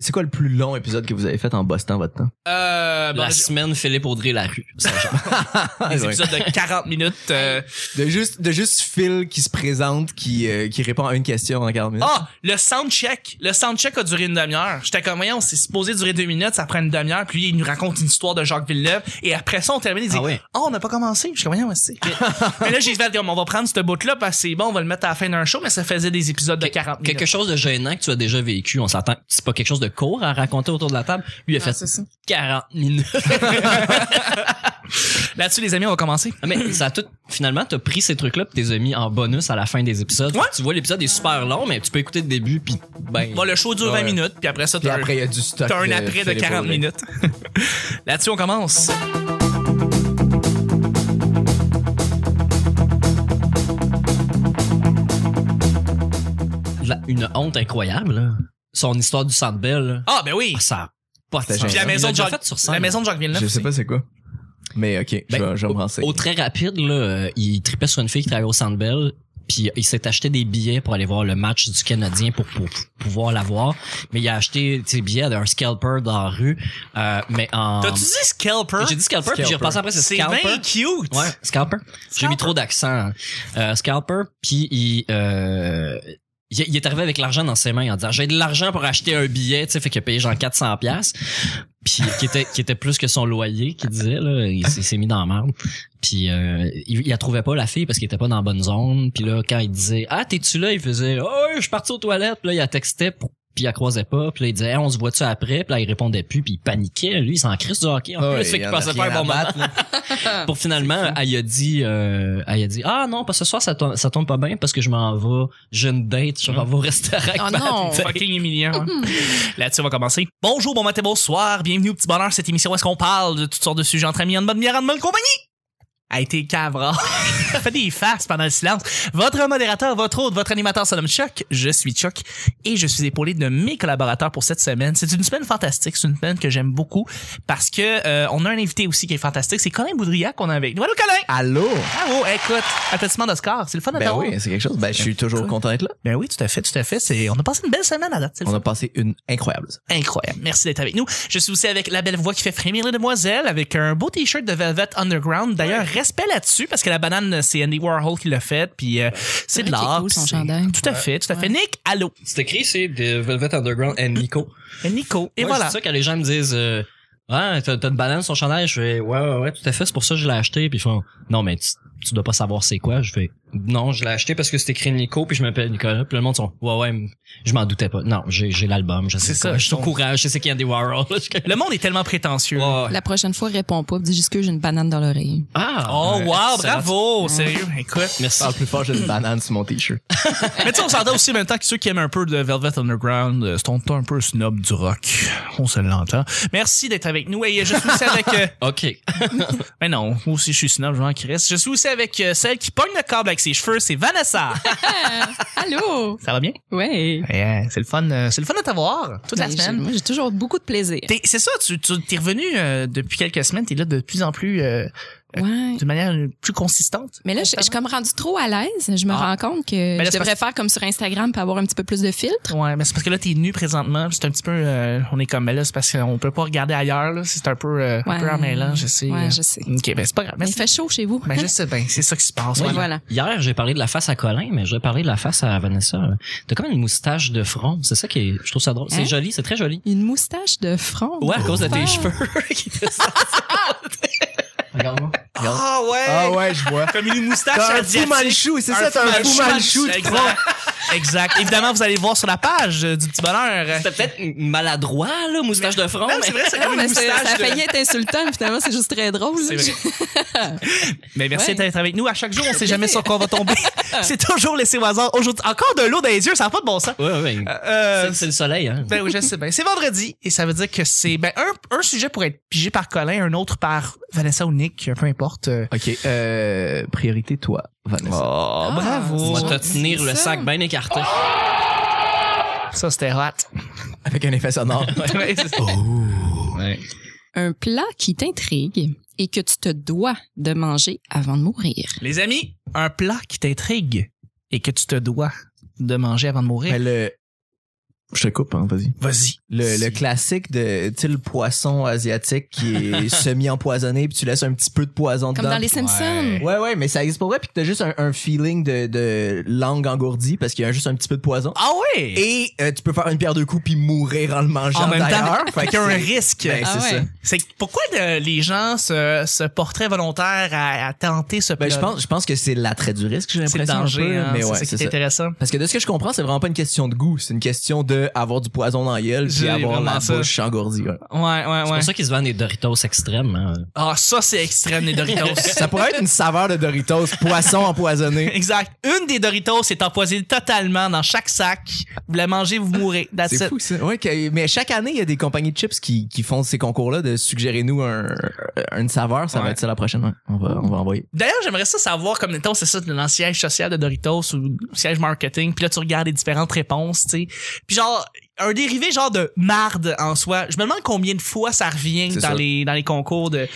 C'est quoi le plus long épisode que vous avez fait en Boston, votre temps? Euh, bon, La semaine, Philippe Audrey la rue. des épisodes de 40 minutes. euh, Ah, De juste, de juste Phil qui se présente, qui, euh, qui répond à une question en 40 minutes. Ah, le soundcheck. Le soundcheck a duré une demi-heure. J'étais comme, voyons, c'est supposé durer deux minutes, ça prend une demi-heure, puis il nous raconte une histoire de Jacques Villeneuve, et après ça, on termine, il dit, Ah ouais. oh, on n'a pas commencé. Je suis comme, voyons, ouais, c'est. mais là, j'ai fait, comme, on va prendre ce bout-là, parce que c'est bon, on va le mettre à la fin d'un show, mais ça faisait des épisodes de 40 minutes. Quelque chose de gênant que tu as déjà vécu, on s'entend. que C'est pas quelque chose de court à raconter autour de la table. Lui, il a Ah, fait c'est ça. 40 minutes. Là-dessus, les amis, on va commencer. Ah, Mais ça a tout, finalement, t'as pris ces trucs-là pis t'es mis en bonus à la fin des épisodes. Ouais. Tu vois, l'épisode est super long, mais tu peux écouter le début pis ben. Bon, le show dure 20 Ouais. minutes, puis après ça, Puis t'as un- après, il y a du stock. t'as un après de Philippe 40 Audrey. minutes. Là-dessus, on commence. la- une honte incroyable, là. Son histoire du Sandbell, là. Ah, ben oui. Ah, ça a pas de C'était gênant. sens. Puis la Il maison l'a de déjà Jacques, fait sur scène. la maison de Jacques Villeneuve. Je sais aussi. pas c'est quoi. Mais ok, je Ben, vais, je vais me renseigner. Au très rapide, là, euh, il tripait sur une fille qui travaillait au Sandbell, puis euh, il s'est acheté des billets pour aller voir le match du Canadien pour, pour pouvoir la voir. Mais il a acheté ses billets d'un scalper dans la rue, euh, mais en... T'as-tu dit scalper? J'ai dit scalper, puis j'ai Scalper. repassé après, c'est C'est scalper. bien cute. Ouais, scalper. J'ai mis trop d'accent. Euh, scalper, puis il, euh, il, il est arrivé avec l'argent dans ses mains en disant j'ai de l'argent pour acheter un billet, tu sais, fait qu'il a payé genre 400 pièces, puis qui était qui était plus que son loyer, qu'il disait là, il, s'est- s'est mis dans la merde. Puis euh, il, il la trouvait pas la fille parce qu'il était pas dans la bonne zone. Puis là, quand il disait ah t'es tu là, il faisait oh je suis parti aux toilettes. Puis là, il la textait pour puis il la croisait pas, puis là, il disait Hey, on se voit-tu après?" Puis là, il répondait plus, puis il paniquait, lui, il s'en crisse du hockey. En Ah ouais, plus, fait il qu'il en a passait pas un rien bon à moment Ah, pour finalement, elle a dit, euh, elle a dit, ah non, parce que ce soir, ça tombe, ça tombe pas bien parce que je m'en vais, j'ai une date, je m'en Mm. vais au restaurant. Oh non! Fucking humiliant. hein. Là-dessus, on va commencer. Bonjour, bon matin, bonsoir. Bienvenue au Petit Bonheur, cette émission où est-ce qu'on parle de toutes sortes de sujets entre amis, en bonne bière, en bonne compagnie. A été cavra. fait des faces pendant le silence. Votre modérateur, votre hôte, votre animateur se nomme Chuck. Je suis Chuck et je suis épaulé de mes collaborateurs pour cette semaine. C'est une semaine fantastique, c'est une semaine que j'aime beaucoup parce que euh, on a un invité aussi qui est fantastique. C'est Colin Boudria qu'on a avec nous. Allô, Colin! Allô? Bravo! Écoute, applaudissements d'Oscar. C'est le fun de Ben t'avoir. oui, c'est quelque chose. Ben, je suis toujours content d'être là. Ben oui, tout à fait, tout à fait. C'est, on a passé une belle semaine à date. C'est le On a passé une incroyable. semaine. Incroyable. Merci d'être avec nous. Je suis aussi avec la belle voix qui fait frémir les demoiselles avec un beau t-shirt de Velvet Underground. D'ailleurs, respect là-dessus parce que la banane, c'est Andy Warhol qui l'a faite. Puis euh, c'est de vrai qu'il est l'art. cool, puis son c'est- chandail. Tout à fait, tout à fait. Ouais. Nick, allô. C'est écrit, c'est de Velvet Underground and Nico. Et Nico. Et Moi, voilà. C'est ça que les gens me disent, euh, ah, t'as t'as une banane sur son chandail. Je fais, ouais, ouais, ouais, tout à fait, c'est pour ça que je l'ai acheté. Puis ils font, non, mais tu, tu dois pas savoir c'est quoi. Je fais, non, je l'ai acheté parce que c'est écrit Nico, puis je m'appelle Nicolas. Puis le monde sont, ouais, ouais, mais je m'en doutais pas. Non, j'ai j'ai l'album, je sais C'est c'est quoi. ça, Je suis au donc- courant, je sais qui est Andy Warhol. Le monde est tellement prétentieux. Ouais. La prochaine fois, réponds pas. Dis juste que j'ai une banane dans l'oreille. Ah! Oh, euh, wow, excellent. bravo. Sérieux, écoute. Merci. Parle plus fort, j'ai une banane sur mon t-shirt. Mais tu sais, on s'entend aussi en même temps que ceux qui aiment un peu de Velvet Underground, euh, sont un peu snob du rock. On se l'entend. Merci d'être avec nous. Et je suis aussi avec... euh, OK. Mais Ben non, moi aussi je suis snob, je m'en crisse. Je suis aussi avec euh, celle qui pogne le câble avec ses cheveux, c'est Vanessa. Allô? Ça va bien? Ouais. c'est le fun, euh, c'est le fun de t'avoir toute la Ben, j'ai- semaine. Moi, j'ai toujours beaucoup de plaisir. T'es- C'est ça, tu, tu t'es revenu euh, depuis quelques semaines, t'es là de plus en plus, euh, Ouais. de manière plus consistante. Mais là, je je suis comme rendue trop à l'aise. Je me Ah. rends compte que là, je c'est devrais faire comme sur Instagram pour avoir un petit peu plus de filtres. Ouais, mais c'est parce que là t'es nu présentement, c'est un petit peu, euh, on est comme mais là, c'est parce qu'on peut pas regarder ailleurs, là, c'est un peu, euh, un Ouais. peu en mélange, je sais. Ouais, euh. je sais. Ok, ben c'est pas grave. Mais Mais il fait chaud chez vous. ben, je sais, ben c'est ça qui se passe. voilà. Oui, voilà. Hier, j'ai parlé de la face à Colin, mais je vais parler de la face à Vanessa. T'as comme une moustache de front. C'est ça qui est, je trouve ça drôle. C'est Hein? joli, c'est très joli. Une moustache de front. Oh. Ouais, à cause de tes Ah. cheveux qui te sortent. Regarde-moi. Ah ouais. Ah ouais, je vois. Comme une moustache T'as un fou asiatique. manchou, c'est ça, t'as un fou manchou. de front. Exact. exact. Évidemment, vous allez le voir sur la page euh, du petit bonheur. C'était peut-être maladroit, là, moustache de front. Non, mais- c'est vrai, c'est Non, comme une mais c'est- ça moustache. a de- failli être insultant, mais finalement, c'est juste très drôle. C'est vrai. Mais merci Ouais. d'être avec nous. À chaque jour, on sait jamais sur quoi on va tomber. c'est toujours laissé au hasard. Aujourd'hui, encore de l'eau dans les yeux, ça n'a pas de bon sens. Ouais, ouais. ben, Euh, C'est- c'est le soleil, hein. ben oui, je sais bien. C'est vendredi et ça veut dire que c'est ben un, un sujet pourrait être pigé par Colin, un autre par Vanessa ou Nick, peu importe. Euh, Ok, euh, priorité toi, Vanessa. Oh, On bravo. va c'est te tenir le ça. sac bien écarté. Ah, Ça c'était hot. Avec un effet sonore. Ouais, c'est- Ouais. Un plat qui t'intrigue et que tu te dois de manger avant de mourir. Les amis, un plat qui t'intrigue et que tu te dois de manger avant de mourir. Mais le Je te coupe, hein, vas-y. Vas-y. Le, le classique de, tu sais, le poisson asiatique qui est semi-empoisonné, puis tu laisses un petit peu de poison Comme dedans. dans les Simpsons. Ouais, ouais, mais ça existe pour vrai, puis que t'as juste un, un feeling de, de langue engourdie parce qu'il y a juste un petit peu de poison. Ah ouais! Et euh, tu peux faire une pierre de coups puis mourir en le mangeant en même temps, d'ailleurs. fait qu'il y a un risque. Ben, Ah c'est ouais. ça. C'est que pourquoi euh, les gens se, se portraient volontaires à, à tenter ce Ben, je plan? pense, je pense que c'est l'attrait du risque, j'ai c'est le l'impression. un danger, peu, hein, mais c'est ouais, ça qui c'est est ça. intéressant. Parce que de ce que je comprends, c'est vraiment pas une question de goût, c'est une question de avoir du poison dans la gueule J'ai puis avoir vraiment la ça. bouche engourdie. ouais. Ouais, ouais, C'est ouais. pour ça qu'ils se vendent des Doritos extrêmes. hein. Ah, ça, c'est extrême, les Doritos. Ça pourrait être une saveur de Doritos, poisson empoisonné. exact. Une des Doritos est empoisonnée totalement dans chaque sac. Vous la mangez, vous mourrez. That's C'est it. fou, ça. Ouais, que- mais chaque année, il y a des compagnies de chips qui, qui font ces concours-là de suggérer-nous un, euh, une saveur. Ça Ouais. va être ça la prochaine. ouais. On, va, on va envoyer. D'ailleurs, j'aimerais ça savoir, comme mettons, c'est ça, dans le siège social de Doritos ou le siège marketing, puis là, tu regardes les différentes réponses, tu sais. Puis genre, un dérivé genre de marde en soi, je me demande combien de fois ça revient C'est dans ça. les, dans les concours de,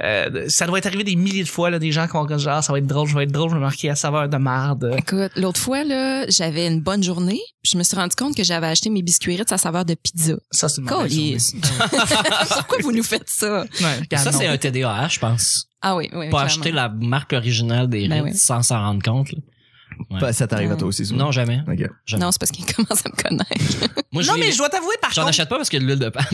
euh, de- Ça doit être arrivé des milliers de fois, là, des gens qui vont genre, ça va être drôle, je vais être drôle, je vais marquer à saveur de marde. Écoute, l'autre fois, là, j'avais une bonne journée. puis Je me suis rendu compte que j'avais acheté mes biscuits Ritz à saveur de pizza. Ça, c'est une mauvaise Colis. Pourquoi vous nous faites ça? journée. Ouais, regarde, ça, non. c'est un TDAH, je pense. Ah oui, oui. Pas clairement. acheter la marque originale des Ben Ritz oui. sans s'en rendre compte. là. Ouais. Bah, ça t'arrive à Mm. toi aussi, souvent. Non, jamais. Ok. Non, c'est parce qu'il commence à me connaître. Moi, je Non, les- mais je dois t'avouer, par J'en contre, achète pas parce que de l'huile de palme.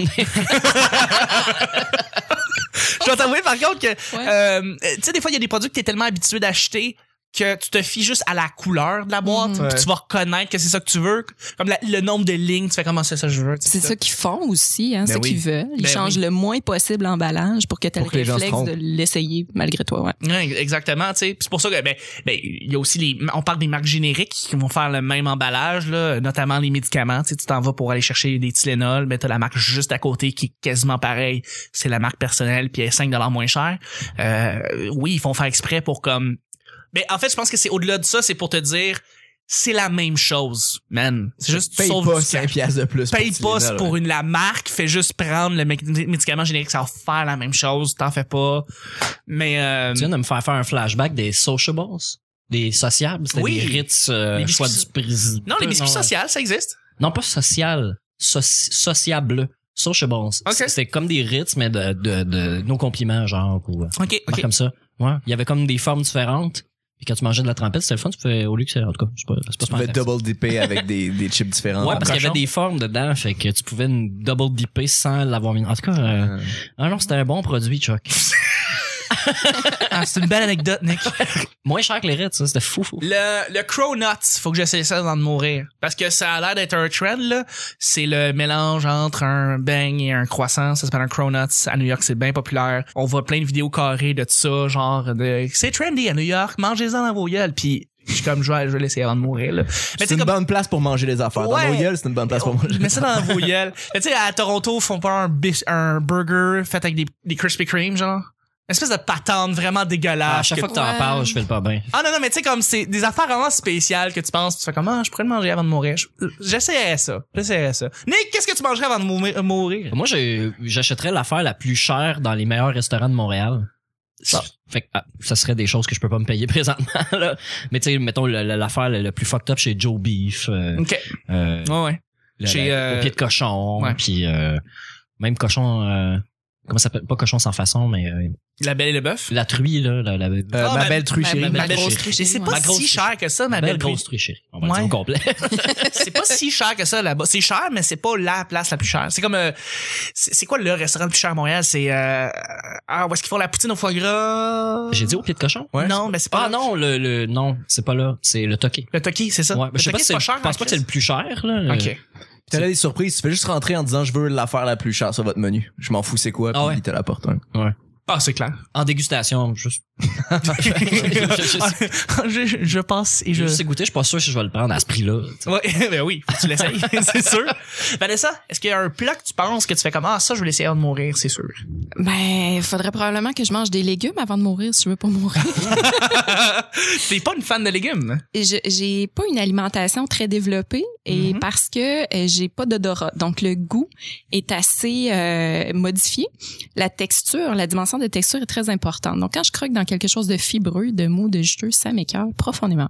je dois t'avouer, par contre, que Ouais. Euh, euh, tu sais, des fois, il y a des produits que t'es tellement habitué d'acheter que tu te fies juste à la couleur de la boîte, Mhm. puis tu vas reconnaître que c'est ça que tu veux. Comme la- le nombre de lignes, tu fais comment c'est ça que je veux. tu sais, C'est ça qu'ils font aussi, hein, Ben ceux oui. qui veulent. Ils Ben changent oui. le moins possible l'emballage pour que tu aies Pour le que les gens se réflexe trompent. de l'essayer malgré toi. Ouais. Ouais, exactement, tu sais. Puis c'est pour ça que ben ben il y a aussi les on parle des marques génériques qui vont faire le même emballage là, notamment les médicaments, tu sais, tu t'en vas pour aller chercher des Tylenol, mais t'as la marque juste à côté qui est quasiment pareil, c'est la marque personnelle puis elle est 5 dollars moins chère. Euh, oui, ils font faire exprès pour comme mais en fait, je pense que c'est au-delà de ça, c'est pour te dire c'est la même chose, man. C'est juste Paye sauve pas du cash. 5 piastres de plus. Paye pour pas Tylenol, pour ouais. une la marque, fais juste prendre le mé- médicament générique, ça va faire la même chose, t'en fais pas. Mais euh, tu viens de me faire faire un flashback des sociables. Des sociables, c'était Oui. des Ritz, euh, Les biscuits choix du so- président. Non, les biscuits euh, sociales, ça existe. Non, pas social. soci- sociable. Sociables. Ok. C'était comme des Ritz, mais de, de, de nos compliments, genre, ou euh, OK, marques comme ça. Ouais. Il y avait comme des formes différentes. Puis quand tu mangeais de la trempette, c'était le fun, tu pouvais, au lieu que c'est, en tout cas, c'est pas, c'est pas Tu pouvais super double dipper avec des, des chips différents. Ouais, parce qu'il y cochon. avait des formes dedans, fait que tu pouvais une double dipper sans l'avoir mis. En tout cas, euh, Euh, ah non, c'était un bon produit, Chuck. Ah, c'est une belle anecdote, Nick. Moins cher que les Ritz, ça, c'était fou, fou. Le, le Cronut, faut que j'essaie ça avant de mourir. Parce que ça a l'air d'être un trend, là. C'est le mélange entre un bang et un croissant. Ça s'appelle un Cronut. À New York, c'est bien populaire. On voit plein de vidéos carrées de ça, genre de... C'est trendy à New York, mangez-en dans vos gueules. Puis je suis comme, je vais, je vais l'essayer avant de mourir, là. Mais C'est tu une sais, comme... bonne place pour manger les affaires. Ouais. Dans nos gueules, c'est une bonne place pour manger. Mets ça dans vos gueules. Mais tu sais, à Toronto, ils font pas un, bis- un burger fait avec des, des Krispy Kreme, genre. Une espèce de patente vraiment dégueulasse. à chaque que fois que t'en Ouais. parles, je fais le pas bien. Ah non, non, mais tu sais, comme c'est des affaires vraiment spéciales que tu penses, tu fais comment je pourrais le manger avant de mourir. Je- J'essaierais ça. J'essaierais ça. Nick, qu'est-ce que tu mangerais avant de mourir? euh, mourir? Moi, j'ai- j'achèterais l'affaire la plus chère dans les meilleurs restaurants de Montréal. Ça. Fait que, ah, ça serait des choses que je peux pas me payer présentement, là. Mais tu sais, mettons, le- le- l'affaire le, le plus fucked up chez Joe Beef, euh, Ok. euh, Ouais, ouais. le- Chez, le- euh, au pied de cochon, ouais. puis euh, même cochon, euh, comment ça s'appelle? Pas cochon sans façon, mais euh, La belle et le bœuf. la truie, là, la, la- Euh, Ah, ma ben- belle ma- trucherie. ma- Ma belle grosse chérie. triche. Et c'est Ouais. pas Ma grosse si triche. cher que ça, ma la belle, belle grosse truie, chérie. On va le Ouais. dire au complet. truie. C'est pas si cher que ça là-bas. C'est cher, mais c'est pas la place la plus chère. C'est comme, euh, c'est c'est quoi le restaurant le plus cher à Montréal? C'est, euh, ah, où est-ce qu'ils font la poutine au foie gras? J'ai dit au pied de cochon? Ouais. non, mais c'est pas Ah là. non, le, le non, c'est pas là, c'est le toqué. Le toki, c'est ça? Ouais, le je sais pas Toki, si c'est c'est- pas cher. je pense en pas que c'est le Christ. plus cher là. Ok. T'as là des surprises. Tu fais juste rentrer en disant je veux l'affaire la plus chère sur votre menu. Je m'en fous c'est quoi. Ah puis ouais. il te l'apporte. hein. Ah, c'est clair. En dégustation, juste. je, je, je- je pense et je. je sais goûter, je suis pas sûr si je vais le prendre à ce prix-là. tu sais. Ouais, ben oui, faut que tu l'essayes, c'est sûr. Vanessa, est-ce qu'il y a un plat que tu penses que tu fais comme Ah, ça, je vais l'essayer avant de mourir, c'est sûr. Ben, faudrait probablement que je mange des légumes avant de mourir si je veux pas mourir. T'es pas une fan de légumes. Et je- J'ai pas une alimentation très développée, et Mhm. parce que euh, j'ai pas d'odorat. Donc le goût est assez euh, modifié. La texture, la dimension de texture est très importante. Donc quand je croque dans quelque chose de fibreux, de mou, de juteux, ça m'écœure profondément.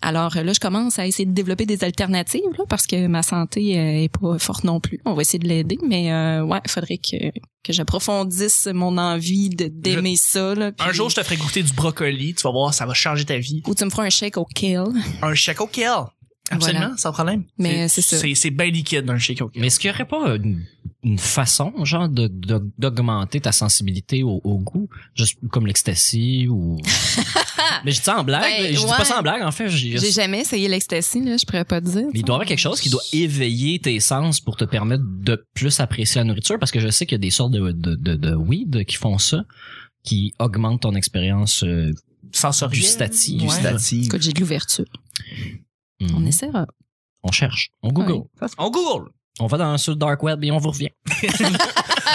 Alors euh, là, je commence à essayer de développer des alternatives là, parce que ma santé euh, est pas forte non plus. On va essayer de l'aider, mais euh, ouais, faudrait que que j'approfondisse mon envie de d'aimer ça. là, Un puis- jour, je te ferai goûter du brocoli. Tu vas voir, ça va changer ta vie. ou tu me feras un shake au kale. Un shake au kale. Absolument, sans problème. Mais c'est ça. C'est, c'est bien liquide, un shake au kale. Mais est-ce qu'il n'y aurait pas une, une façon, genre, de- de- d'augmenter ta sensibilité au, au goût? Juste comme l'ecstasy ou. mais je dis ça en blague, Ben, je dis pas ouais. ça en blague, en fait. j'ai- J'ai jamais essayé l'ecstasy, là, je pourrais pas te dire. Mais il doit y avoir quelque chose qui doit éveiller tes sens pour te permettre de plus apprécier la nourriture, parce que je sais qu'il y a des sortes de, de, de, de weed qui font ça, qui augmentent ton expérience euh, Sensoriel. gustative. Ouais. Gustative. Écoute, j'ai de l'ouverture. Mhm. On essaiera. On cherche, on Google, Ouais. On Google. on va dans sur le dark web et on vous revient.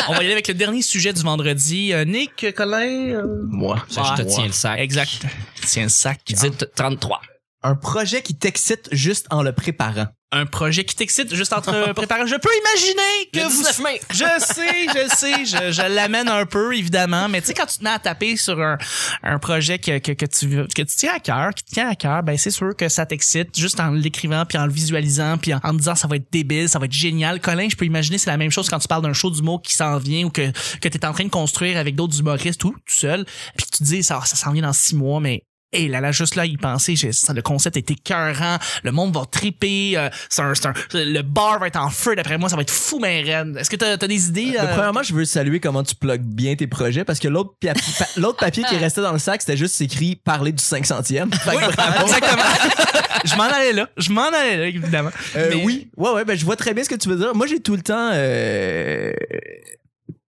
On va y aller avec le dernier sujet du vendredi. Euh, Nick, Colin. euh, Moi. Ça, je te Ouais. tiens le sac. Exact. Tiens le sac. Dites 33. Un projet qui t'excite juste en le préparant. Un projet qui t'excite juste entre préparer. Je peux imaginer que vous mai. Je sais, je sais, je, je l'amène un peu, évidemment, mais tu sais, quand tu te mets à taper sur un, un projet que, que, que tu, que tu tiens à cœur, qui te tient à cœur, ben c'est sûr que ça t'excite juste en l'écrivant, puis en le visualisant, puis en, en te disant ça va être débile, ça va être génial. Colin, je peux imaginer c'est la même chose quand tu parles d'un show d'humour qui s'en vient ou que, que tu es en train de construire avec d'autres humoristes ou tout seul, puis que tu te dis ça, ça s'en vient dans six mois, mais... Et là, là, juste là, y penser, j'ai- ça, le concept est écœurant, le monde va triper, euh, c'est un- c'est un- le bar va être en feu d'après moi, ça va être fou, mais Ren. Est-ce que t'as as des idées? Euh, euh, Premièrement, je veux saluer comment tu plugues bien tes projets parce que l'autre pia- pa- l'autre papier qui restait dans le sac, c'était juste écrit parler du 500e. Fait que Oui, bravo. exactement. je m'en allais là. Je m'en allais là, évidemment. Euh, Mais- Oui, ouais, ouais, ben, je vois très bien ce que tu veux dire. Moi, j'ai tout le temps. euh,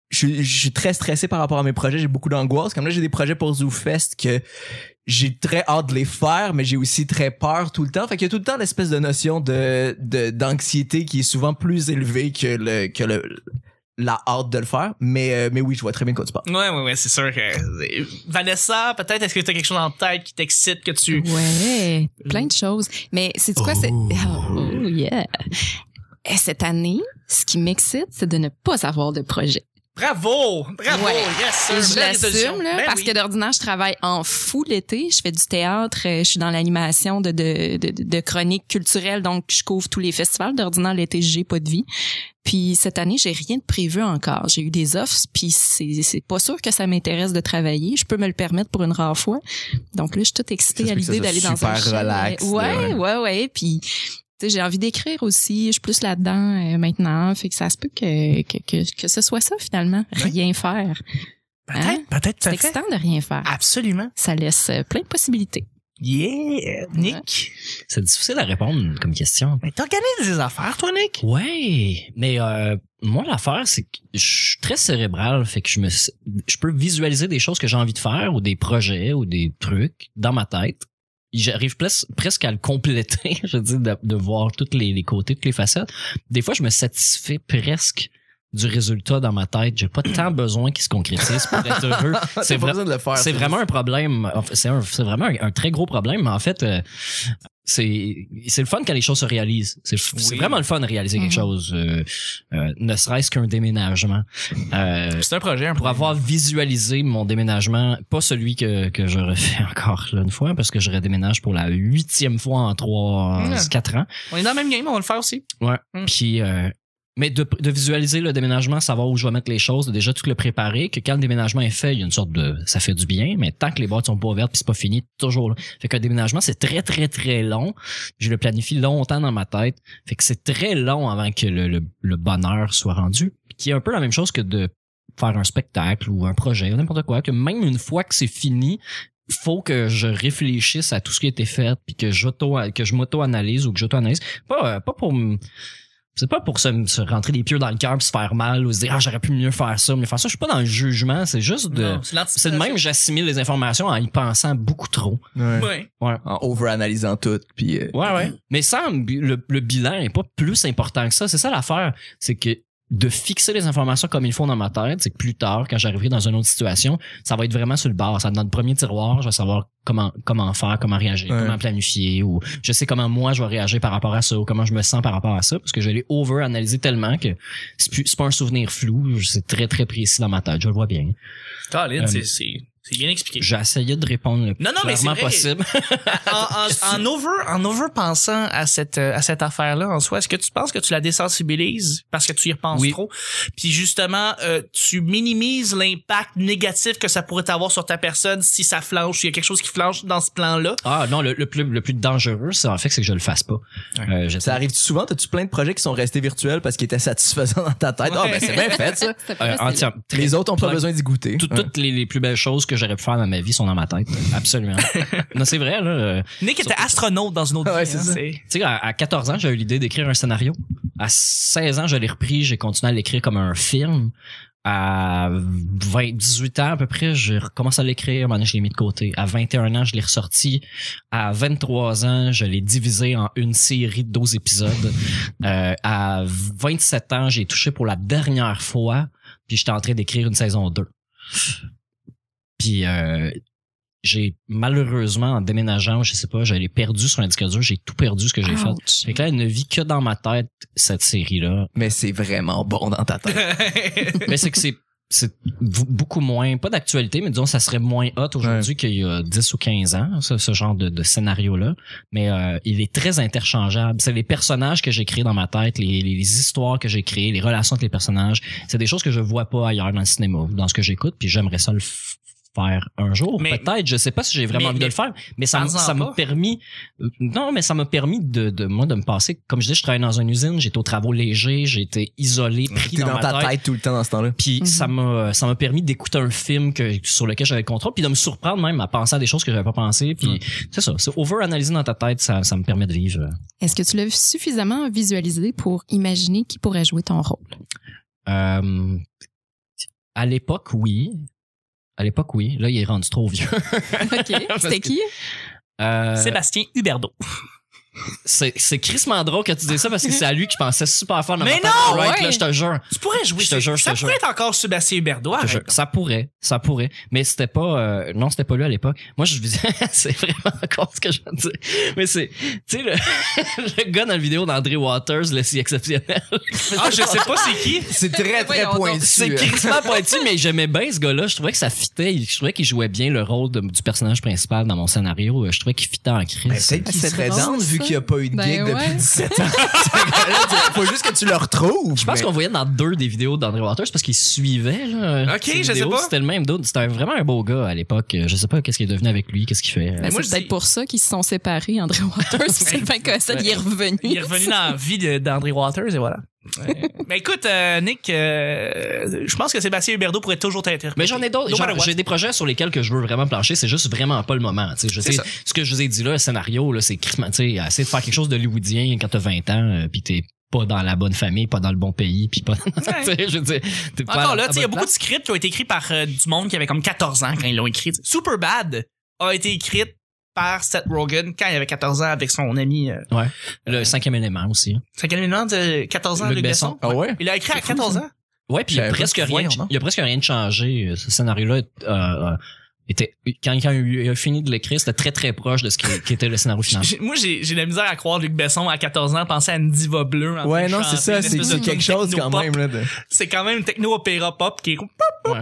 Je, suis- je suis très stressé par rapport à mes projets. J'ai beaucoup d'angoisse. Comme là, j'ai des projets pour ZooFest que j'ai très hâte de les faire, mais j'ai aussi très peur tout le temps. Fait qu'il y a tout le temps l'espèce de notion de de- d'anxiété qui est souvent plus élevée que le que le la hâte de le faire. Mais euh, mais oui, je vois très bien de quoi tu parles. Ouais, ouais, ouais, c'est sûr que. Vanessa, peut-être, est-ce que t'as quelque chose en tête qui t'excite, que tu. Ouais, plein de choses. Mais c'est quoi c'est oh, yeah. Et cette année, ce qui m'excite, c'est de ne pas avoir de projet. Bravo! Bravo! Ouais. Yes, sir! Et je Belle résolution. l'assume là, Ben parce oui. que d'ordinaire, je travaille en fou l'été. Je fais du théâtre, euh, je suis dans l'animation de de, de de chroniques culturelles, donc je couvre tous les festivals. D'ordinaire, l'été, j'ai pas de vie. Puis cette année, j'ai rien de prévu encore. J'ai eu des offres, puis c'est c'est pas sûr que ça m'intéresse de travailler. Je peux me le permettre pour une rare fois. Donc là, je suis toute excitée Ça se à peut que l'idée ça d'aller soit dans un super chalet. relax, Ouais, là. ouais, ouais. Puis tu sais, j'ai envie d'écrire aussi. Je suis plus là-dedans euh, maintenant. Fait que ça se peut que que, que que ce soit ça finalement. Rien faire. Hein? Peut-être, peut-être, C'est tout à fait. excitant de rien faire. Absolument. Ça laisse euh, plein de possibilités. Yeah! Nick, C'est difficile à répondre comme question. mais t'organises des affaires, toi, Nick? Ouais, mais euh, moi l'affaire c'est que je suis très cérébral, fait que je me je peux visualiser des choses que j'ai envie de faire ou des projets ou des trucs dans ma tête. J'arrive pres- presque à le compléter, je veux dire, de, de voir tous les, les côtés, toutes les facettes. Des fois, je me satisfais presque du résultat dans ma tête. J'ai pas tant besoin qu'il se concrétise pour être heureux. T'as pas C'est vrai- besoin de le faire. C'est vraiment un problème. Enfin, C'est un- c'est vraiment un, un très gros problème. Mais en fait, euh, c'est c'est le fun quand les choses se réalisent. C'est c'est Oui. vraiment le fun de réaliser quelque Mhm. chose, euh, euh, ne serait-ce qu'un déménagement. Euh, C'est un projet, un pour avoir visualisé mon déménagement, pas celui que, que je refais encore là, une fois, parce que je redéménage pour la huitième fois en trois, en Ouais. quatre ans. On est dans le même game, on va le faire aussi. Ouais. Mm. Puis, euh, mais de, de visualiser le déménagement, savoir où je vais mettre les choses, de déjà tout le préparer, que quand le déménagement est fait, il y a une sorte de, ça fait du bien, mais tant que les boîtes sont pas ouvertes puis c'est pas fini, toujours là. Fait qu'un déménagement, c'est très, très, très long. Je le planifie longtemps dans ma tête. Fait que c'est très long avant que le, le, le bonheur soit rendu. Qui est un peu la même chose que de faire un spectacle ou un projet, n'importe quoi, que même une fois que c'est fini, faut que je réfléchisse à tout ce qui a été fait puis que j'auto que je m'auto-analyse ou que j'auto-analyse pas euh, pas pour me- c'est pas pour se, se rentrer des pieux dans le cœur puis se faire mal ou se dire ah j'aurais pu mieux faire ça mieux faire ça je suis pas dans le jugement c'est juste de Non, c'est de même j'assimile les informations en y pensant beaucoup trop Ouais. Ouais. En over-analysant tout, puis euh, Ouais, ouais. Mais ça, le, le bilan est pas plus important que ça. C'est ça l'affaire. C'est que de fixer les informations comme il faut dans ma tête, c'est que plus tard, quand j'arriverai dans une autre situation, ça va être vraiment sur le bord. Ça va être dans le premier tiroir, je vais savoir comment comment faire, comment réagir, Ouais. comment planifier, ou je sais comment moi je vais réagir par rapport à ça, ou comment je me sens par rapport à ça, parce que je l'ai over-analysé tellement que c'est plus- c'est pas un souvenir flou, c'est très très précis dans ma tête, je le vois bien. Colin, Euh, c'est- c'est c'est bien expliqué. J'ai essayé de répondre le plus Non, non, mais c'est clairement vrai. possible. en, en- en over, en over pensant à cette euh, à cette affaire-là en soi, est-ce que tu penses que tu la désensibilises parce que tu y repenses Oui. trop, puis justement euh, tu minimises l'impact négatif que ça pourrait avoir sur ta personne si ça flanche, s'il y a quelque chose qui flanche dans ce plan-là. Ah non, le, le plus le plus dangereux, c'est en fait c'est que je le fasse pas. Euh, j'essaie- Ça arrive souvent? T'as-tu plein de projets qui sont restés virtuels parce qu'ils étaient satisfaisants dans ta tête? Ah, Ouais. ben c'est bien fait, ça. C'était euh, pas facile. entière- très- Les autres ont pas Plein- besoin d'y goûter. tout- toutes les, les plus belles choses que j'aurais pu faire dans ma vie sont dans ma tête. Absolument. non, c'est vrai, là. euh, Nick était Surtout- astronaute dans une autre Ouais, vie. c'est hein, ça. c'est- Tu sais, à, à 14 ans, j'ai eu l'idée d'écrire un scénario. À 16 ans, je l'ai repris, j'ai continué à l'écrire comme un film. À 20, 18 ans à peu près, j'ai recommencé à l'écrire, à un moment donné, je l'ai mis de côté. À 21 ans, je l'ai ressorti. À 23 ans, je l'ai divisé en une série de 12 épisodes. Euh, à 27 ans, j'ai touché pour la dernière fois, puis j'étais en train d'écrire une saison 2. Puis euh, j'ai malheureusement, en déménageant, je sais pas, je l'ai perdu sur un disque dur, j'ai tout perdu ce que j'ai fait. Ouch. Fait que là, elle ne vit que dans ma tête, cette série-là. Mais c'est vraiment bon dans ta tête. mais c'est que c'est c'est v- beaucoup moins, pas d'actualité, mais disons, ça serait moins hot aujourd'hui qu'il y a 10 ou 15 ans, ce, ce genre de, de scénario-là. Mais euh, il est très interchangeable. C'est les personnages que j'ai créés dans ma tête, les, les histoires que j'ai créées, les relations entre les personnages. C'est des choses que je vois pas ailleurs dans le cinéma, ou dans ce que j'écoute, puis j'aimerais ça le f- faire un jour. Mais- Peut-être, je sais pas si j'ai vraiment mais- envie mais- de le faire, mais ça m- Parle-en ça m'a pas. permis euh, non mais ça m'a permis de, de moi de me passer comme je dis je travaillais dans une usine j'étais aux travaux légers j'étais isolé pris T'es dans, dans ma ta tête. tête tout le temps dans ce temps-là. Puis Mhm. ça m'a ça m'a permis d'écouter un film que sur lequel j'avais le contrôle, puis de me surprendre même à penser à des choses que j'avais pas pensé. Puis c'est ça, c'est over analyser dans ta tête, ça, ça me permet de vivre. Est-ce que tu l'as suffisamment visualisé pour imaginer qui pourrait jouer ton rôle? Euh, à l'époque, oui. À l'époque, oui. Là, il est rendu trop vieux. OK. C'était qui? ben, Euh, Sébastien Huberdeau. c'est c'est crissement drôle que tu dis ça parce que c'est à lui que je pensais super fort. dans ma Mais tête. non, Right, ouais. là, je te jure. Tu pourrais jouer. Je te jure, je ça te pourrait être encore Sébastien Huberdeau. Je te arrête. jure, ça pourrait, ça pourrait, mais c'était pas, euh, non, c'était pas lui à l'époque. Moi, je disais, c'est vraiment con ce que je veux dire, mais c'est, tu sais, le, le gars dans la vidéo d'André Waters, le si exceptionnel. Ah, je sais pas c'est qui. C'est très, très Voyons donc. C'est pointu. hein. crissement pointu, mais j'aimais bien ce gars-là. Je trouvais que ça fitait, je trouvais qu'il jouait bien le rôle de- du personnage principal dans mon scénario. Euh, Je trouvais qu'il fitait en Ben, crise. Peut-être qu'il C'est serait drôle, down ça. vu qu'il n'y a pas eu de Ben gig depuis ouais. 17 ans. Il faut juste que tu le retrouves. Je pense mais- qu'on voyait dans deux des vidéos d'André Waters parce qu'il suivait. Là, Ok, ces je sais vidéos. pas. C'était le même d'autre. C'était un- vraiment un beau gars à l'époque. Euh, Je sais pas qu'est-ce qu'il est devenu avec lui, qu'est-ce qu'il fait. Ben, moi, je c'est peut-être dis- pour ça qu'ils se sont séparés, André Waters. Sylvain Cossette, il est revenu. Il est revenu dans la vie de- d'André Waters et voilà. Mais écoute, euh, Nick, euh, je pense que Sébastien Huberdeau pourrait toujours t'interpréter. Mais j'en ai d'autres. No Genre, matter what. J'ai des projets sur lesquels que je veux vraiment plancher. C'est juste vraiment pas le moment. tu sais. Je C'est sais, ça. ce que je vous ai dit là, le scénario, là, c'est crissement, tu sais, essayer de faire quelque chose de hollywoodien quand t'as 20 ans, euh, puis t'es pas dans la bonne famille, pas dans le bon pays, puis pas. tu sais, je veux dire, t'es pas à Encore là, la- à tu sais, il y a bonne beaucoup de scripts qui ont été écrits par euh, du monde qui avait comme 14 ans quand ils l'ont écrit. Superbad a été écrite par Seth Rogen quand il avait 14 ans avec son ami. Euh, Le cinquième élément aussi. hein. cinquième élément de 14 ans, Luc Luc Besson. Besson. Ah ouais? Il l'a écrit à C'est fou, 14 ça. ans. Ouais, puis il y a J'avais presque pas- rien. voyons donc. Il y a presque rien de changé. Ce scénario-là euh, euh, était quand, quand il a fini de l'écrire, c'était très très proche de ce qui, qui était le scénario final. J'ai- Moi, j'ai j'ai de la misère à croire Luc Besson à 14 ans, penser à une diva bleue. en train Ouais, de non, c'est chanter ça. une C'est espèce de c'est quelque tune chose quand techno-pop. même. Là, de- C'est quand même une techno-opéra pop qui est... Ouais.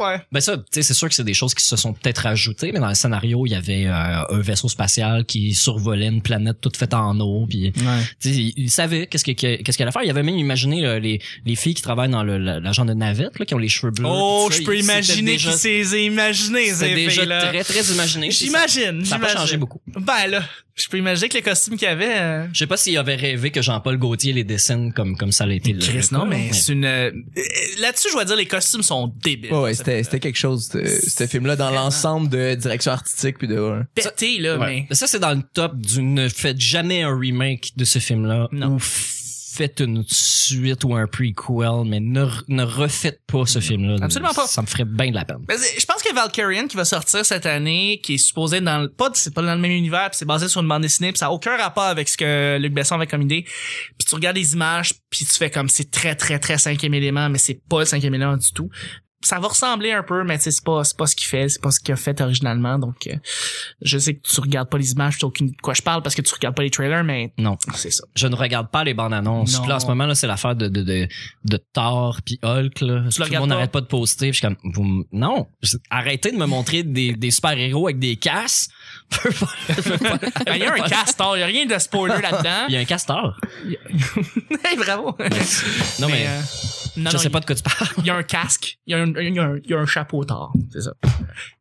Ouais. Ben ça, tu sais, c'est sûr que c'est des choses qui se sont peut-être rajoutées, mais dans le scénario, il y avait euh, un vaisseau spatial qui survolait une planète toute faite en eau, puis tu sais, il, il savait qu'est-ce que- que- qu'est-ce qu'elle allait faire. Il avait même imaginé là, les, les filles qui travaillent dans le, la, la genre de navette, là, qui ont les cheveux bleus. Oh, je puis tout ça, peux il- c'était imaginer déjà- qui s'est imaginé, C'était ces déjà filles-là. très très imaginé. puis ça- J'imagine, Ça n'a pas changé j'imagine. beaucoup. Ben là, je peux imaginer que le costume qu'il y avait... euh, Je sais pas s'il avait rêvé que Jean-Paul Gaultier les dessine comme comme ça l'a été. le- Chris, le non, cas, mais c'est une. euh, Là-dessus, je vais dire, les costumes sont débiles. Ouais, ouais, c'était c'était quelque chose, de- ce film-là, dans Vraiment. l'ensemble de direction artistique. Puis de... ouais. pété, là, Ouais. Ça, c'est dans le top du ne faites jamais un remake de ce film-là Non. ou f- faites une suite ou un prequel, mais ne, re- ne refaites pas ce film-là. Absolument pas. Ça me ferait bien de la peine. Mais c'est- je pense que Valkyrian qui va sortir cette année, qui est supposé être dans le pas, c'est pas dans le même univers, puis c'est basé sur une bande dessinée, puis ça a aucun rapport avec ce que Luc Besson avait comme idée. Puis tu regardes les images, puis tu fais comme c'est très très très cinquième élément, mais c'est pas le cinquième élément du tout. Ça va ressembler un peu, mais tu sais, c'est pas c'est pas ce qu'il fait, c'est pas ce qu'il a fait originalement. Donc, euh, je sais que tu regardes pas les images, tu aucune idée de quoi je parle parce que tu regardes pas les trailers, mais Non. c'est ça. Je ne regarde pas les bandes annonces. Non. Puis là, en ce moment, là, c'est l'affaire de, de, de, de Thor puis Hulk, là. Tout le regardes monde pas? n'arrête pas de poster. Puis je suis comme, vous m- non. Arrêtez de me montrer des, des super-héros avec des casses. Je veux pas- je veux pas- Il y a un castor, il y a rien de spoiler là-dedans. Il y a un castor. Hey, bravo. Non, mais, euh, non, je non, sais pas de quoi tu parles. Il y a un casque, il y a un, il y a un, il y a un chapeau tard, c'est ça.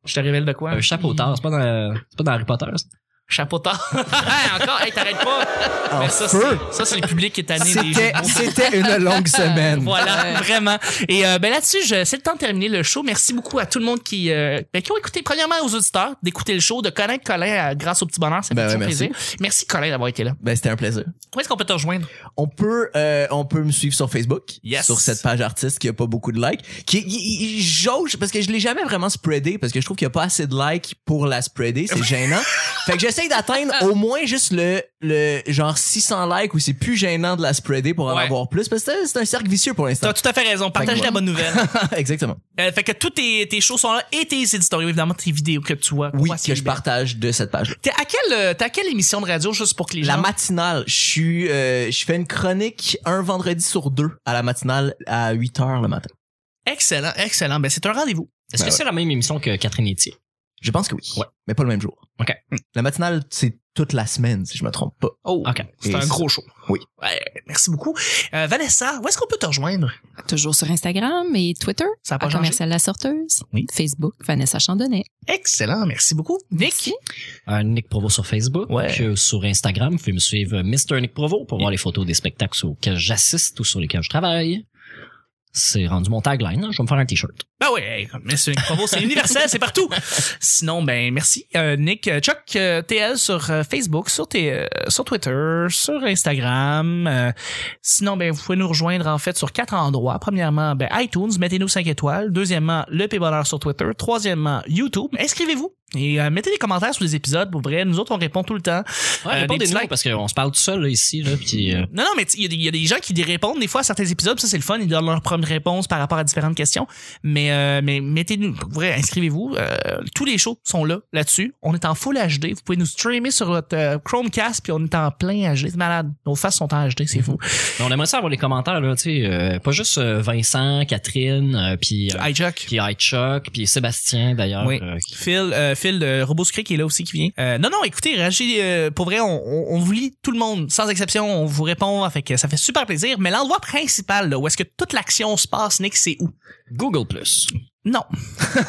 Je te révèle de quoi? Un chapeau tard. C'est pas dans, c'est pas dans Harry Potter, ça. Chapeau tard. Hey, encore, hey, t'arrêtes pas. Mais ça, feu. c'est, ça, c'est le public qui est tanné des Ah, C'était, jeux. c'était une longue semaine. Voilà, vraiment. Et euh, ben là-dessus, je- c'est le temps de terminer le show. Merci beaucoup à tout le monde qui, euh, ben, qui ont écouté, premièrement aux auditeurs, d'écouter le show, de connaître Colin euh, grâce au petit bonheur. Ça Ben ouais, fait toujours plaisir. Merci Colin d'avoir été là. Ben, c'était un plaisir. Où est-ce qu'on peut te rejoindre? On peut, euh, on peut me suivre sur Facebook, Yes. sur cette page artiste qui a pas beaucoup de likes, qui il- il- il jauge parce que je l'ai jamais vraiment spreadé parce que je trouve qu'il y a pas assez de likes pour la spreader, c'est gênant. fait que j'essaye d'atteindre au moins juste le le genre 600 likes où c'est plus gênant de la spreader pour en Ouais. avoir plus parce que c'est- c'est un cercle vicieux pour l'instant. T'as tout à fait raison. Partage Fait que la bonne nouvelle. Exactement. Euh, fait que tous tes, tes shows sont là et tes éditoriaux, évidemment, tes vidéos que tu vois. Oui, Quoi, que c'est je bien. partage de cette page. T'es à quelle, euh, t'es à quelle émission de radio juste pour que les La gens. matinale, je suis, euh, je fais une chronique un vendredi sur deux à la matinale à 8 heures le matin. Excellent, excellent. Ben, c'est un rendez-vous. Est-ce Ben que c'est la même émission que Catherine Etier? Je pense que oui. Ouais. Mais pas le même jour. OK. La matinale, c'est toute la semaine, si je me trompe pas. Oh, OK. c'est Et un ça. gros show. Oui. Ouais, merci beaucoup. Euh, Vanessa, où est-ce qu'on peut te rejoindre? Toujours sur Instagram et Twitter, Ça n'a à pas changé. Commercial La Sorteuse. Oui. Facebook, Vanessa Chandonnet. Excellent, merci beaucoup. Nick? Merci. Euh, Nick Provo sur Facebook, Ouais. euh, sur Instagram. Vous pouvez me suivre euh, Mr. Nick Provo pour voir les photos des spectacles auxquels j'assiste ou sur lesquels je travaille. C'est rendu mon tagline. hein. Je vais me faire un t-shirt. Ben oui, hey, merci Nick Provo, c'est universel, c'est partout. Sinon, ben merci. Euh, Nick, euh, Chuck, euh, TL sur euh, Facebook, sur, tes, euh, sur Twitter, sur Instagram. Euh, sinon, ben vous pouvez nous rejoindre en fait sur quatre endroits. Premièrement, ben iTunes, mettez-nous 5 étoiles. Deuxièmement, le P-Bonheur sur Twitter. Troisièmement, YouTube. Inscrivez-vous et euh, mettez des commentaires sur les épisodes. Pour vrai, nous autres, on répond tout le temps. Euh, des Ouais, des petits likes. noms parce qu'on se parle tout seul là, ici. Là, puis, euh, Non, non, mais tu- il y, a des- il y a des gens qui dé- répondent des fois à certains épisodes, ça c'est le fun, ils donnent leur propre réponse par rapport à différentes questions. Mais, euh, mais mettez-nous, pour vrai, inscrivez-vous. Euh, tous les shows sont là, là-dessus. On est en full HD. Vous pouvez nous streamer sur votre euh, Chromecast, puis on est en plein HD. C'est malade. Nos faces sont en HD, c'est fou. on aimerait ça avoir les commentaires. Là, tu sais, euh, pas juste euh, Vincent, Catherine, euh, puis euh, Hi, Jack. puis Hitchcock, puis Sébastien d'ailleurs. Oui. euh, qui- Phil, euh, Phil de Roboscré qui est là aussi qui vient. Euh, non, non, écoutez, réagissez, euh, pour vrai, on, on, on vous lit tout le monde, sans exception, on vous répond, fait que ça fait super plaisir. Mais l'endroit principal, là, où est-ce que toute l'action se passe, Nick, c'est où? Google Plus. Non.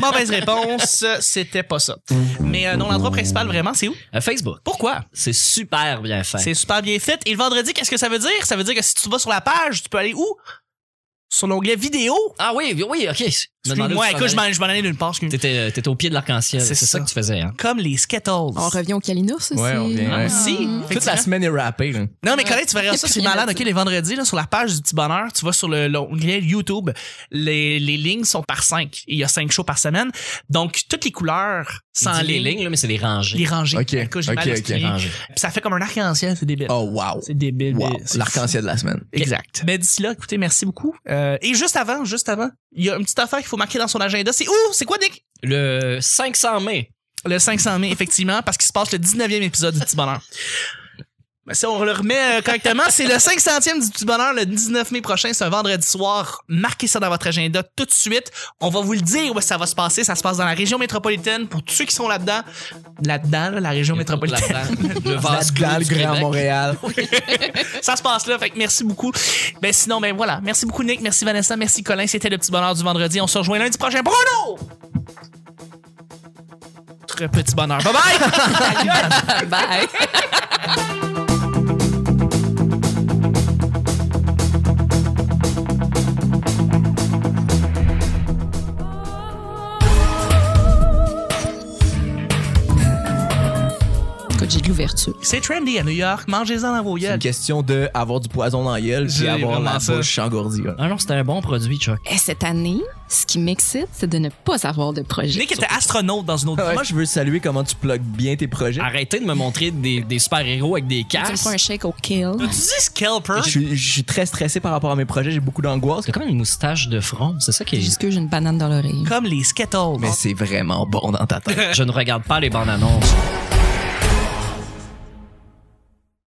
Mauvaise réponse, c'était pas ça. Mais euh, non, l'endroit principal, vraiment, c'est où? Euh, Facebook. Pourquoi? C'est super bien fait. C'est super bien fait. Et le vendredi, qu'est-ce que ça veut dire? Ça veut dire que si tu vas sur la page, tu peux aller où? Sur l'onglet vidéo. Ah oui, oui, ok. Je me demandais où Excuse-moi, écoute, tu je t'en allais. m'en je m'en allais d'une part. excuse-moi. T'étais t'étais au pied de l'arc-en-ciel. C'est C'est ça ça. que tu faisais. Hein? Comme les Skittles. On revient au Kalinours aussi. Ah. Ouais, on revient, ouais. Si. Toute la Effectivement. semaine est rappée. là. Non, mais Colin, tu verras Y a ça, plus c'est rien à malade. dire. OK, les vendredis, là, sur la page du Petit Bonheur, tu vas sur le- l'onglet YouTube, les, les lignes sont par 5. Il y a 5 shows par semaine. Donc, toutes les couleurs Sans sans les lignes, là, mais c'est les rangées. Les rangées. Ok, Écoute, j'ai ok, mal ok. expliqué. Rangées. Puis ça fait comme un arc-en-ciel, c'est débile. Oh, wow. C'est débile. Wow. mais c'est fou. L'arc-en-ciel de la semaine. Exact. Mais d'ici là, écoutez, merci beaucoup. Euh, et juste avant, juste avant, il y a une petite affaire qu'il faut marquer dans son agenda. C'est où? C'est quoi, Nick? Le 500 mai. Le 500 mai, effectivement, parce qu'il se passe le 19e épisode du Petit Bonheur. Ben, si on le remet euh, correctement, c'est le 500e du Petit Bonheur le 19 mai prochain. C'est un vendredi soir. Marquez ça dans votre agenda tout de suite. On va vous le dire où est-ce que ça va se passer. Ça se passe dans la région métropolitaine. Pour tous ceux qui sont là-dedans, là-dedans, là, la région métropolitaine. Le vase Dans le du Grand Québec. Montréal. ça se passe là. Fait que merci beaucoup. Ben sinon, ben voilà. Merci beaucoup, Nick. Merci, Vanessa. Merci, Colin. C'était le petit bonheur du vendredi. On se rejoint lundi prochain. Bruno! Très petit bonheur. Bye bye! Bye. Écoute, j'ai de l'ouverture. C'est trendy à New York, mangez-en dans vos C'est gueules. une question de avoir du poison dans la gueule puis J'ai avoir la vraiment ça. bouche engourdie. ouais. Ah non, c'était un bon produit, Chuck. Et cette année, ce qui m'excite, c'est de ne pas avoir de projet. Nick était astronaute dans une autre vie. Moi, je veux saluer comment tu plugues bien tes projets. Arrêtez de me montrer des, des super-héros avec des Tu me casques. feras un shake au kill. Tu dis scalper? Je suis, je suis très stressé par rapport à mes projets, j'ai beaucoup d'angoisse. C'est comme une moustache de front, c'est ça qui C'est est... juste que j'ai une banane dans l'oreille. Comme les Skittles. Mais c'est vraiment bon dans ta tête. Je ne regarde pas les bandes annonces.